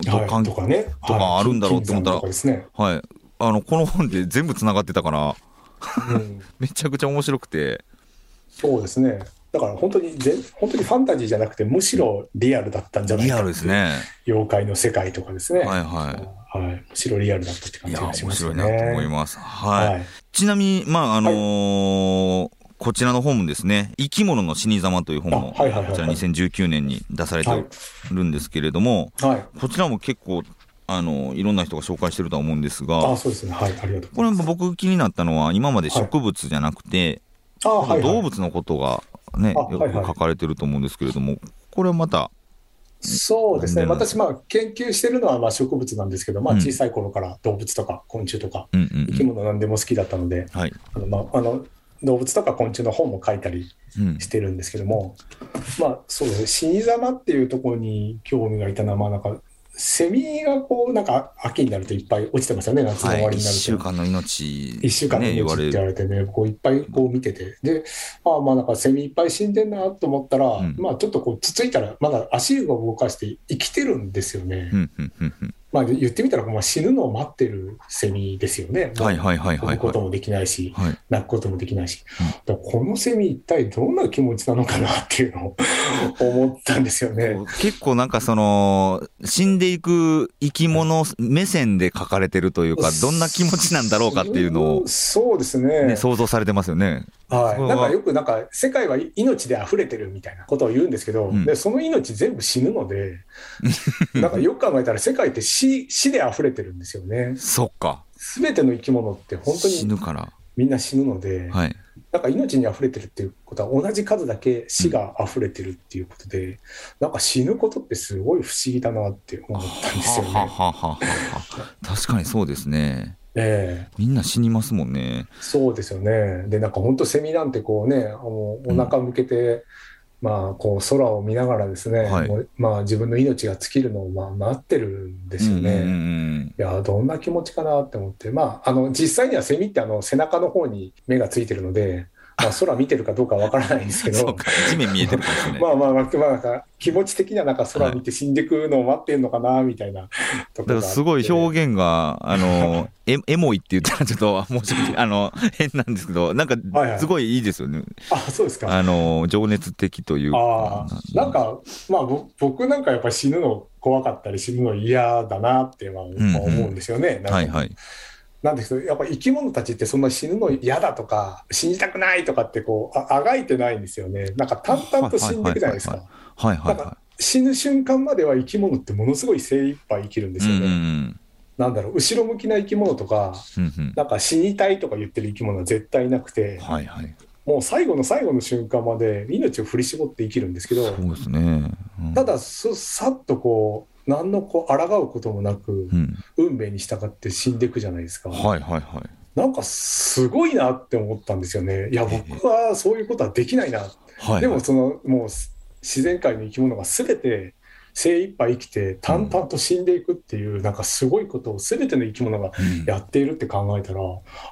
Speaker 1: と
Speaker 2: はい
Speaker 1: 関
Speaker 2: とかね
Speaker 1: とかあるんだろうって思ったら
Speaker 2: はい金山とかですね
Speaker 1: はい。あの、この本で全部繋がってたから、
Speaker 2: うん
Speaker 1: めちゃくちゃ面白くて。
Speaker 2: そうですね。だから本当にぜ本当にファンタジーじゃなくてむしろリアルだったんじゃない
Speaker 1: リ
Speaker 2: か
Speaker 1: アルですね。
Speaker 2: 妖怪の世界とかですね。
Speaker 1: はいは
Speaker 2: はいむしろリアルだったって
Speaker 1: い。
Speaker 2: 感
Speaker 1: い
Speaker 2: じ
Speaker 1: や、
Speaker 2: が
Speaker 1: 面
Speaker 2: しま
Speaker 1: 白
Speaker 2: す
Speaker 1: い
Speaker 2: ね。
Speaker 1: なと思います。はい。
Speaker 2: はい
Speaker 1: ちなみに、まあ、あのーこちらの本もですね、生き物の死に様という本も、
Speaker 2: あはいはいはいはい
Speaker 1: こちら2019年に出されて
Speaker 2: はい
Speaker 1: るんですけれども、
Speaker 2: はい。
Speaker 1: こちらも結構、あのいろんな人が紹介してるとは思うんです
Speaker 2: あ
Speaker 1: が、
Speaker 2: そうですね。はいありがとう
Speaker 1: こ
Speaker 2: ござ
Speaker 1: れ
Speaker 2: います。
Speaker 1: 僕気になったのは、今まで植物じゃなくて、
Speaker 2: あはいはい
Speaker 1: 動物のことがね、
Speaker 2: あはい
Speaker 1: よ
Speaker 2: はい
Speaker 1: く書かれてると思うんですけれども、これはまた、
Speaker 2: そうですね。
Speaker 1: なんで
Speaker 2: 私まあ研究してるのはまあ植物なんですけど、まあ
Speaker 1: うん
Speaker 2: 小さい頃から動物とか昆虫とか
Speaker 1: うんうん
Speaker 2: 生き物なんでも好きだったので、
Speaker 1: うん、はい。
Speaker 2: あのまああの動物とか昆虫の本も書いたり
Speaker 1: うん
Speaker 2: してるんですけども、まあそうですね、死に様っていうところに興味がいたのは、まあ、なんか、セミがこう、なんか秋になるといっぱい落ちてますよね、夏の終わ
Speaker 1: はい、
Speaker 2: り
Speaker 1: 一
Speaker 2: になると。
Speaker 1: 週間の命、
Speaker 2: 1週間の
Speaker 1: ね、言
Speaker 2: 命
Speaker 1: わ
Speaker 2: っ
Speaker 1: れ
Speaker 2: て言わ
Speaker 1: る。
Speaker 2: れてね、こういっぱいこう見てて、で、ああまあなんかセミいっぱい死んでんなと思ったら、
Speaker 1: ん
Speaker 2: まあちょっとこう、つついたら、まだ足を動かして生きてるんですよね。
Speaker 1: うんうんうんうん
Speaker 2: まあ言ってみたら、まあ、死ぬのを待ってるセミですよね。
Speaker 1: はいはいはいは
Speaker 2: 飛
Speaker 1: い
Speaker 2: ぶこと
Speaker 1: は
Speaker 2: もできないし、
Speaker 1: い。はい
Speaker 2: 泣くこともできないし、だからこのセミ一体どんな気持ちなのかなっていうのを思ったんですよ ね
Speaker 1: こ。う結構なんかその、死んでいく生き物目線で書かれてるというか、どんな気持ちなんだろうかっていうのを、
Speaker 2: そうですね。
Speaker 1: ね、想像されてますよね。
Speaker 2: はい
Speaker 1: そ、う
Speaker 2: なんかよくなんか世界は命で溢れてるみたいなことを言うんですけど、
Speaker 1: うん
Speaker 2: でその命全部死ぬ のでなんかよく考えたら世界って死死で溢れてるんですよ ね
Speaker 1: そっか。
Speaker 2: 全ての生き物って本当
Speaker 1: 死
Speaker 2: に
Speaker 1: ぬから。
Speaker 2: みんな死ぬので
Speaker 1: はい。
Speaker 2: なんか命に溢れてるっていうことは同じ数だけ死が溢れてるっていうことで、なんか死ぬことってすごい不思議だなって思ったんですよ
Speaker 1: ははは
Speaker 2: ね。
Speaker 1: ははは。確かにそうですね。
Speaker 2: ええ
Speaker 1: みんな死にますもんね。
Speaker 2: そうですよね。で、なんか本当セミなんてこうね、あのお腹向けて、まあこう空を見ながらですね、
Speaker 1: はい
Speaker 2: もうまあ自分の命が尽きるのをまあ待ってるんですよね。
Speaker 1: うんうんうん
Speaker 2: いやどんな気持ちかなって思って、まあ、あの実際にはセミってあの背中の方に目がついてるので、まあ、空見てるかどうかわからないんです
Speaker 1: う
Speaker 2: け
Speaker 1: ん。 そう
Speaker 2: ど、
Speaker 1: か。地面見えてるかもしれない。
Speaker 2: まあまあまあ、まあ、なんか気持ち的にはなんか空見て死んでくのを待ってるのかなみたいなとこ
Speaker 1: だから
Speaker 2: ろがあって
Speaker 1: すごい表現が、あの、エエモいって言ったらちょっと申し訳ない、あの、 変なんですけど、なんか
Speaker 2: はいはい
Speaker 1: すごいいいですよね。
Speaker 2: あそうですか。
Speaker 1: あの、情熱的という
Speaker 2: ああ、なんか、まあ、ぼ僕なんかやっぱり死ぬの怖かったり、死ぬの嫌だなって、まあ、
Speaker 1: ん
Speaker 2: まあ思うんですよね。なんか
Speaker 1: はいはい。
Speaker 2: なんですけど、やっぱり生き物たちって、そんな死ぬの嫌だとか、死にたくないとかって、こう、ああがいてないんですよね。なんか淡々と死んでいくじゃないです
Speaker 1: はい
Speaker 2: か。
Speaker 1: はいはい
Speaker 2: だか
Speaker 1: は
Speaker 2: ら死ぬ瞬間までは生き物ってものすごい精一杯生きるんで
Speaker 1: い。う
Speaker 2: す
Speaker 1: ん
Speaker 2: よ
Speaker 1: う
Speaker 2: ね。
Speaker 1: んうん
Speaker 2: なんだろう、後ろ向きな生き物とか、
Speaker 1: うんうん。
Speaker 2: なんか死にたいとか言ってる生き物は絶対なくて、
Speaker 1: はいはい。
Speaker 2: もう最後の最後の瞬間まで命を振り絞って生きるんですけど、
Speaker 1: そうですね。うん
Speaker 2: た、だそさっとこう何のこう抗うこともなく
Speaker 1: うん。
Speaker 2: 運命に従って死んでいくじゃないですか、
Speaker 1: はいはいはい。
Speaker 2: なんかすごいなって思ったんですよねいや僕はそういうことはできないな、
Speaker 1: はい。
Speaker 2: でも、そのもうす自然界の生き物が全て精一杯生きて淡々と死んでいくっていう、なんかすごいことを全ての生き物が
Speaker 1: うん
Speaker 2: やっているって考えたら、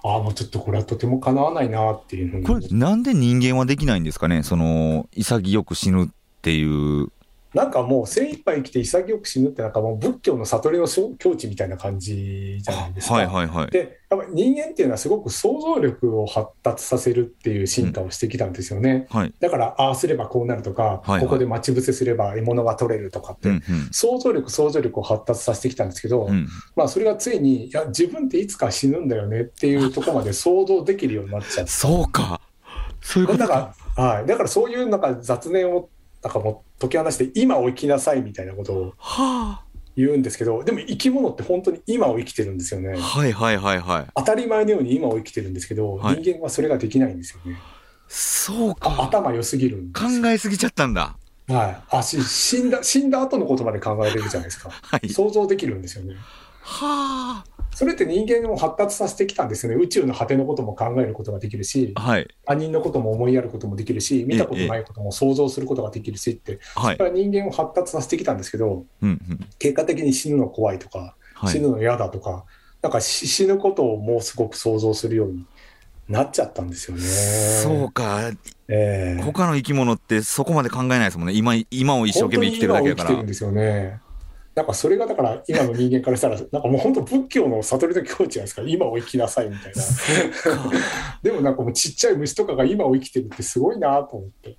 Speaker 2: ああもうちょっとこれはとてもかなわないなっていうふうに
Speaker 1: これ、なんで人間はできないんですかねその、潔く死ぬっていう。
Speaker 2: なんかもう精一杯生きて潔く死ぬってなんかもう仏教の悟りの境地みたいな感じじゃないですか。
Speaker 1: はいはいはい。
Speaker 2: でやっぱり人間っていうのはすごく想像力を発達させるっていう進化をしてきたんですよね、
Speaker 1: はい。
Speaker 2: だからああすればこうなるとか、
Speaker 1: いはい
Speaker 2: ここで待ち伏せすれば獲物が取れるとかって、
Speaker 1: うん
Speaker 2: 想像力想像力を発達させてきたんですけ
Speaker 1: う
Speaker 2: ど、
Speaker 1: ん。うん。
Speaker 2: まあ、それがついにいや自分っていつか死ぬんだよねっていうところまで想像できるようになっちゃって
Speaker 1: そうか。そういうこと
Speaker 2: だから、はい、だからそういうなんか雑念をなんかもう解き放して今を生きなさいみたいなことを
Speaker 1: は
Speaker 2: 言うんですけどでも生き物って本当に今を生きてるんですよね
Speaker 1: あ。はいはいはいはい。
Speaker 2: 当たり前のように今を生きてるんですけど、
Speaker 1: はい
Speaker 2: 人間はそれができないんですよね
Speaker 1: そうか。
Speaker 2: 頭良すぎるんで
Speaker 1: 考
Speaker 2: すよ
Speaker 1: えすぎちゃったんだ。
Speaker 2: はいあし死んだ死んだ後のことまで考えれるじゃないですか
Speaker 1: はい。
Speaker 2: 想像できるんですよね
Speaker 1: は
Speaker 2: それって人間を発達させてきたんですよね宇宙の果てのことも考えることができるし
Speaker 1: あ。はい。
Speaker 2: 他人のことも思いやることもできるし見たことないことも想像することができるしって
Speaker 1: はい
Speaker 2: だか。ら人間を発達させてきたんですけど
Speaker 1: うんうん。
Speaker 2: 結果的に死ぬの怖いとか
Speaker 1: はい
Speaker 2: 死ぬの嫌だとか、なんかし死ぬことをもうすごく想像するようになっちゃったんですよね。
Speaker 1: そうか、
Speaker 2: ええ
Speaker 1: 他の生き物ってそこまで考えないですもんね、今今を一生懸命生きてるだけだか
Speaker 2: 本当に今を生きてる
Speaker 1: ら
Speaker 2: ん。ですよね。なんかそれがだから今の人間からしたら、なんかもう本当仏教の悟りの境地じゃないですか。今を生きなさいみたいな。でもなんかもうちっちゃい虫とかが今を生きてるってすごいなと思って。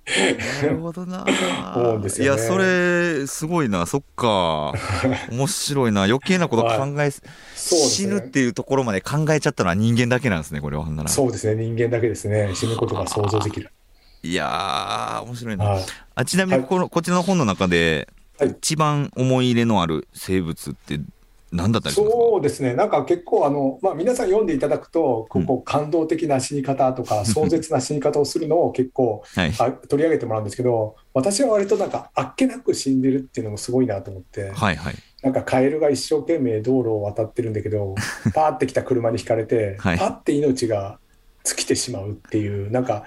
Speaker 1: なるほどな。
Speaker 2: 思うんです
Speaker 1: い
Speaker 2: よ
Speaker 1: や、
Speaker 2: ね
Speaker 1: それ、すごいな、そっか、面白いな、余計なこと考えす、
Speaker 2: そうです
Speaker 1: 死
Speaker 2: ね
Speaker 1: ぬっていうところまで考えちゃったのは人間だけなんですね、これは、ほんなら。
Speaker 2: そうですね。人間だけですね。死ぬことが想像できる。
Speaker 1: いやー、面白いな。
Speaker 2: はい。
Speaker 1: あちなみに
Speaker 2: はい
Speaker 1: この、こちらの本の中で、
Speaker 2: はい
Speaker 1: 一番思い入れのある生物って何だったりしますか
Speaker 2: そうですね、なんか結構あの、まあ、皆さん読んでいただくと、こうこう感動的な死に方とか、壮絶な死に方をするのを結構
Speaker 1: はい。
Speaker 2: あ取り上げてもらうんですけど、私は割となんか、あっけなく死んでるっていうのもすごいなと思って、
Speaker 1: はいはい。
Speaker 2: なんかカエルが一生懸命道路を渡ってるんだけ ど、パーって来た車にひかれて、
Speaker 1: はい
Speaker 2: パって命が尽きてしまうっていう、な んか、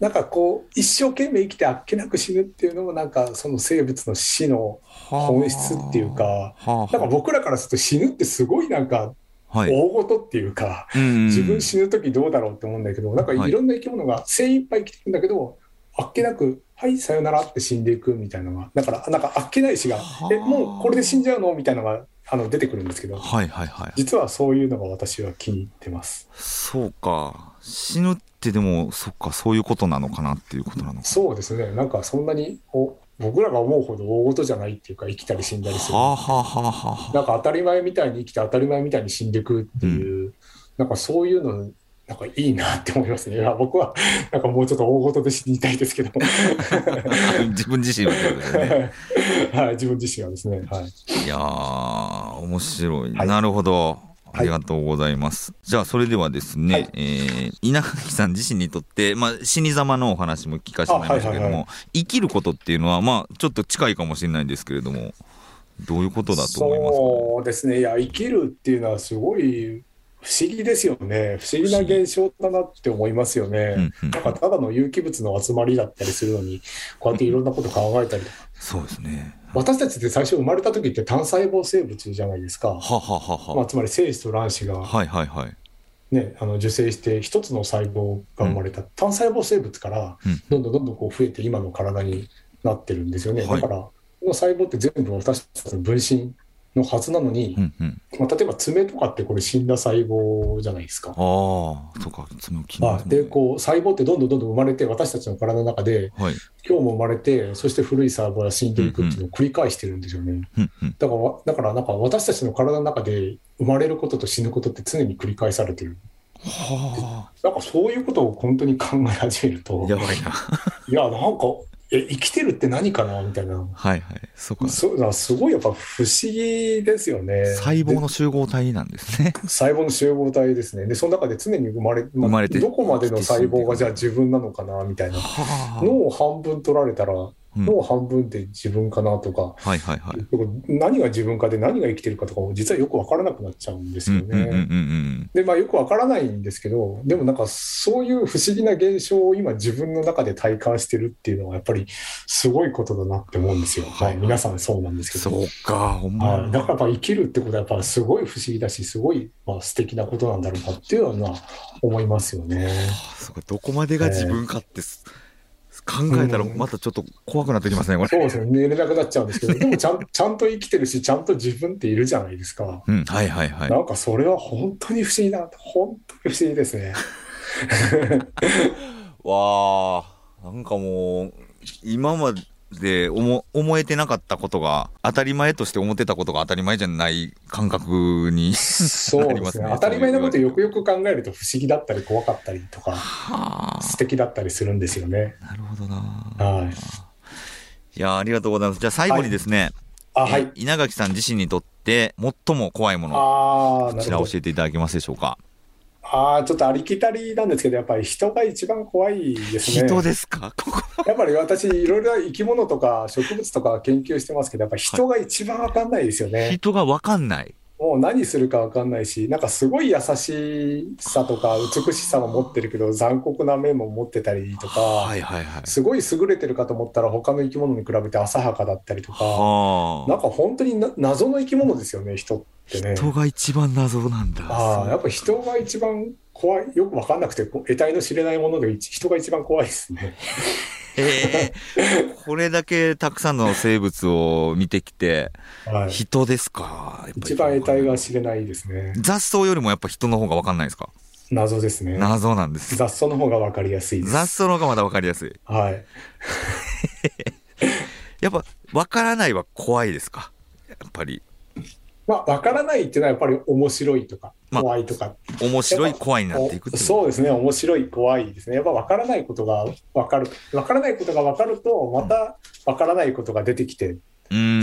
Speaker 2: なんかこう、一生懸命生きてあっけなく死ぬっていうのも、なんかその生物の死の本質っていうか、
Speaker 1: はあ、はあ、
Speaker 2: なんか僕らからすると死ぬってすごいなんか
Speaker 1: はい。
Speaker 2: 大事っていうか、
Speaker 1: 自
Speaker 2: 自分死ぬ時どうだろうって思うんだけど、なんか
Speaker 1: はい
Speaker 2: いろんな生き物が精一杯生きてるんだけど、あっけなく、はい、さよならって死んでいくみたいなのが、だから、なんかあっけない死が
Speaker 1: は、あ
Speaker 2: え、もうこれで死んじゃうのみたいなのがあの出てくるんですけど、
Speaker 1: はいはいはい。
Speaker 2: 実はそういうのが私は気に入ってます。
Speaker 1: そうか。死ぬってでも、そっか、そういうことなのかなっていうことなのかな。
Speaker 2: そうですね、なんかそんなにお僕らが思うほど大事じゃないっていうか、生きたり死んだりする
Speaker 1: は。あ、はあはあはあは
Speaker 2: なんか当たり前みたいに生きて当たり前みたいに死んでいくっていう、なんかそういうのなんかいいなって思いますね。いや僕はなんかもうちょっと大事で死にたいですけど、
Speaker 1: あ。 自分自身はってことですね。
Speaker 2: はい、自分自身はですね。はい、
Speaker 1: いやー、面白い。
Speaker 2: はい
Speaker 1: なるほど。
Speaker 2: い
Speaker 1: ありがとうございます。じゃあ、それではですね、
Speaker 2: はい
Speaker 1: えー稲垣さん 自身にとって、まあ、死に様のお話も聞かせてもらいましたけども、
Speaker 2: あはいはい
Speaker 1: 生きることっていうのは、まあ、ちょっと近いかもしれないんですけれども、どういうことだと思いますか、
Speaker 2: そうですね。いや、生きるっていうのはすごい不思議ですよね。不思議な現象だなって思いますよね。
Speaker 1: うんうん
Speaker 2: なんかただの有機物の集まりだったりするのに、こうやっていろんなこと考えたりとか、
Speaker 1: そうですね。
Speaker 2: 私たちって最初生まれた時って単細胞生物じゃないですか。
Speaker 1: はあはあはあはあ
Speaker 2: まあ、つまり精子と卵子が
Speaker 1: はいはいはい。
Speaker 2: ね、あの受精して一つの細胞が生まれた、単細胞生物から
Speaker 1: うん
Speaker 2: どんどんどんどんこう増えて今の体になってるんですよね、
Speaker 1: はい
Speaker 2: だからこの細胞って全部私たちの分身のはずなのに、
Speaker 1: うんうん。
Speaker 2: まあ、例えば爪とかってこれ死んだ細胞じゃないですか。
Speaker 1: ああ、そうか、爪を切りま
Speaker 2: はい
Speaker 1: すもんね
Speaker 2: でこう細胞ってどんどんどんどん生まれて私たちの体の中で
Speaker 1: はい。
Speaker 2: 今日も生まれてそして古い細胞が死んでいくっていうのを繰り返してるんですよね、
Speaker 1: うんうん
Speaker 2: だからだからなんか私たちの体の中で生まれることと死ぬことって常に繰り返されてる
Speaker 1: は
Speaker 2: なんかそういうことを本当に考え始めると
Speaker 1: あ。やばいな。
Speaker 2: いや、なんか、え、生きてるって何かなみたいな。
Speaker 1: はいはい。そうか。
Speaker 2: そういうのはすごいやっぱ不思議ですよね。
Speaker 1: 細胞
Speaker 2: で
Speaker 1: の集合体なんですね。
Speaker 2: 細胞の集合体ですね。で、その中で常に生まれ、
Speaker 1: 生まれて
Speaker 2: どこまでの細胞がじゃあ自分なのかなみたいな。
Speaker 1: は
Speaker 2: 脳を半分取られたら、
Speaker 1: あ。うん
Speaker 2: 脳半分で自分かなとか、
Speaker 1: はいはいはい。
Speaker 2: 何が自分かで何が生きてるかとかも実はよくわからなくなっちゃうんです
Speaker 1: うん
Speaker 2: よ
Speaker 1: うんうんうんう
Speaker 2: ね。
Speaker 1: ん。
Speaker 2: で、まあよくわからないんですけど、でもなんかそういう不思議な現象を今自分の中で体感してるっていうのはやっぱりすごいことだなって思うんですよ。
Speaker 1: はい
Speaker 2: はい、皆さんそうなんですけど。
Speaker 1: そうか、ほんま
Speaker 2: はい、だ
Speaker 1: や
Speaker 2: からやっぱ生きるってことはやっぱすごい不思議だし、すごいまあ素敵なことなんだろうなっていうのは思いますよね。
Speaker 1: そうか、どこまでが自分かってす、考えたらまたちょっと怖くなってきますね、こ
Speaker 2: そう
Speaker 1: れ。
Speaker 2: ですね、寝れなくなっちゃうんですけど、でもちゃんちゃんと生きてるし、ちゃんと自分っているじゃないですか。
Speaker 1: うん、はいはいはい。
Speaker 2: なんかそれは本当に不思議な、本当に不思議ですね。
Speaker 1: わあ、なんかもう、今まで思思えてなかったことが、当たり前として思ってたことが当たり前じゃない感覚 に。
Speaker 2: そ
Speaker 1: な
Speaker 2: うですね。
Speaker 1: りますね
Speaker 2: 当たり前のことよくよく考えると不思議だったり怖かったりとか
Speaker 1: は
Speaker 2: 素敵だったりするんですよね。
Speaker 1: あ、なるほどな。
Speaker 2: はい。
Speaker 1: いやあ、ありがとうございます。じゃあ最後にですね、
Speaker 2: あ、は
Speaker 1: え
Speaker 2: い。
Speaker 1: 稲垣さん自身にとって最も怖いもの、
Speaker 2: ああ、
Speaker 1: こ
Speaker 2: な
Speaker 1: ち
Speaker 2: る
Speaker 1: ら
Speaker 2: ほ
Speaker 1: 教
Speaker 2: ど。
Speaker 1: えていただけますでしょうか。
Speaker 2: ああ、ちょっとありきたりなんですけど、やっぱり人が一番怖いですね。
Speaker 1: 人ですかここ。
Speaker 2: やっぱり私、いろいろ生き物とか植物とか研究してますけど、やっぱ人が一番わかんないですよね。
Speaker 1: 人がわかんない。
Speaker 2: もう何するか分かんないしなんかすごい優しさとか美しさも持ってるけど残酷な面も持ってたりとか、
Speaker 1: はいはいはい。
Speaker 2: すごい優れてるかと思ったら他の生き物に比べて浅はかだったりとか、
Speaker 1: は
Speaker 2: なんか本当にな謎の生き物ですよね人ってね。
Speaker 1: 人が一番謎なんだ。
Speaker 2: あ
Speaker 1: そ
Speaker 2: あ
Speaker 1: う
Speaker 2: やっぱ人が一番怖いよく分かんなくてこう得体の知れないもので一人が一番怖いで すね。
Speaker 1: ええこれだけたくさんの生物を見てきて、
Speaker 2: はい、
Speaker 1: 人ですか。やっぱり
Speaker 2: 一番得体が知れないですね。
Speaker 1: 雑草よりもやっぱ人の方が分かんないですか
Speaker 2: 謎ですね。
Speaker 1: 謎なんです。
Speaker 2: 雑草の方が分かりやすいです。
Speaker 1: 雑草の方がまだ分かりやすい。
Speaker 2: はい、
Speaker 1: やっぱ分からないは怖いですかやっぱり
Speaker 2: まあ分からないっていうのはやっぱり面白いとか
Speaker 1: まあ
Speaker 2: 怖いとか、
Speaker 1: 面白い怖いになっていくっていう
Speaker 2: そうですね面白い怖いですねやっぱ分からないことが分かる分からないことが分かるとまた分からないことが出てきて、
Speaker 1: うん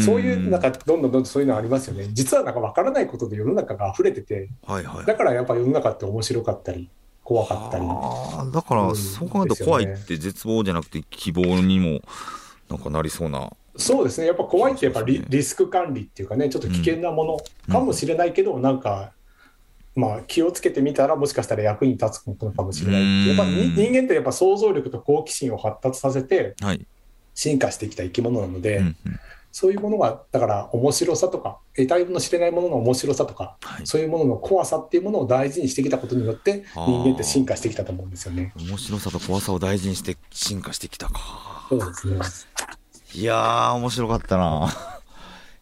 Speaker 2: そういうなんかどんどんどんどんそういうのありますよね実はなんか分からないことで世の中が溢れてて
Speaker 1: はいはい
Speaker 2: だからやっぱ世の中って面白かったり怖かったり
Speaker 1: あーだか
Speaker 2: う
Speaker 1: ら
Speaker 2: ん
Speaker 1: そう考える
Speaker 2: です
Speaker 1: と
Speaker 2: よ
Speaker 1: 怖
Speaker 2: ね
Speaker 1: いって絶望じゃなくて希望にもなんかなりそうな
Speaker 2: そうですねやっぱ怖いってやっぱ
Speaker 1: そうで
Speaker 2: リ
Speaker 1: すね
Speaker 2: リスク管理っていうかねちょっと危険なも
Speaker 1: うん
Speaker 2: のかもしれないけど、なんか。まあ、気をつけてみたらもしかしたら役に立つのかもしれないっていうやっぱ
Speaker 1: う
Speaker 2: に
Speaker 1: ん
Speaker 2: 人間ってやっぱ想像力と好奇心を発達させて
Speaker 1: はい、
Speaker 2: 進化してきた生き物なので、
Speaker 1: うんうん
Speaker 2: そういうものがだから面白さとか得体の知れないものの面白さとか
Speaker 1: はい、
Speaker 2: そういうものの怖さっていうものを大事にしてきたことによって
Speaker 1: あー
Speaker 2: 人間って進化してきたと思うんですよね。
Speaker 1: 面白さと怖さを大事にして進化してきたか
Speaker 2: そうですね。
Speaker 1: いやー面白かったな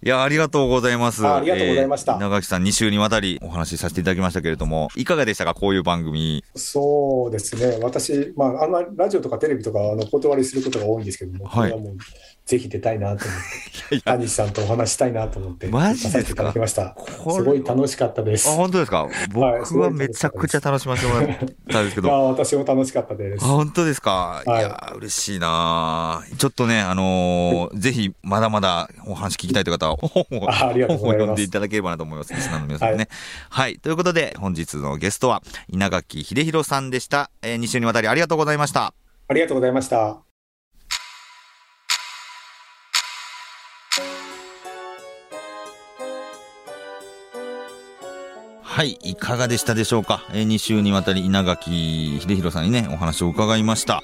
Speaker 1: いやーありがとうございます
Speaker 2: あありがとうございました
Speaker 1: えー長木さん2週にわたりお話しさせていただきましたけれどもいかがでしたかこういう番組
Speaker 2: そうですね。私まああんまりラジオとかテレビとかあのお断りすることが多いんですけども、
Speaker 1: はい
Speaker 2: これはもうぜひ出たいなと思って、
Speaker 1: いや
Speaker 2: 谷さんとお話したいなと思って
Speaker 1: マ
Speaker 2: 出
Speaker 1: ジですか
Speaker 2: させていただきました。
Speaker 1: これ
Speaker 2: すごい楽しかったです
Speaker 1: あ。本当ですか
Speaker 2: はい
Speaker 1: 僕はめちゃくちゃ楽しませてもらったんですけ
Speaker 2: あ
Speaker 1: ど。あ
Speaker 2: 私も楽しかったです。
Speaker 1: 本当ですか、
Speaker 2: はい
Speaker 1: い、やー、嬉しいなーちょっとね、あのーぜひ、まだまだお話聞きたいという方は、本を、
Speaker 2: あありがと
Speaker 1: 本
Speaker 2: う
Speaker 1: を
Speaker 2: ございます
Speaker 1: 読んでいただければなと思います。リスナーの皆さんね。はい、ということで、本日のゲストは、稲垣秀弘さんでした。え2週にわたりありがとうございました。
Speaker 2: ありがとうございました。
Speaker 1: はい、いかがでしたでしょうか、えー、2週にわたり稲垣秀弘さんにねお話を伺いました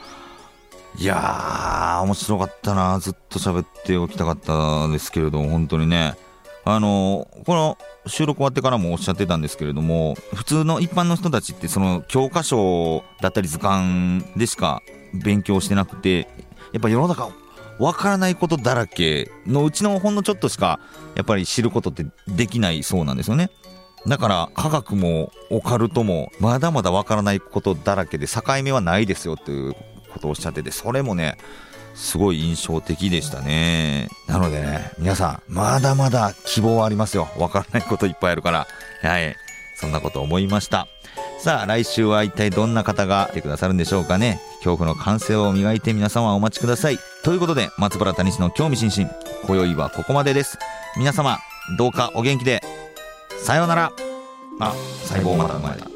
Speaker 1: いやー面白かったなずっと喋っておきたかったですけれども本当にねあのーこの収録終わってからもおっしゃってたんですけれども普通の一般の人たちってその教科書だったり図鑑でしか勉強してなくてやっぱ世の中わからないことだらけのうちのほんのちょっとしかやっぱり知ることってできないそうなんですよねだから科学もオカルトもまだまだわからないことだらけで境目はないですよということをおっしゃっててそれもねすごい印象的でしたねなのでね皆さんまだまだ希望はありますよわからないこといっぱいあるからはいそんなこと思いましたさあ来週は一体どんな方が来てくださるんでしょうかね恐怖の感性を磨いて皆様お待ちくださいということで松原谷氏の興味津々今宵はここまでです皆様どうかお元気でさようならあ細胞また生まれた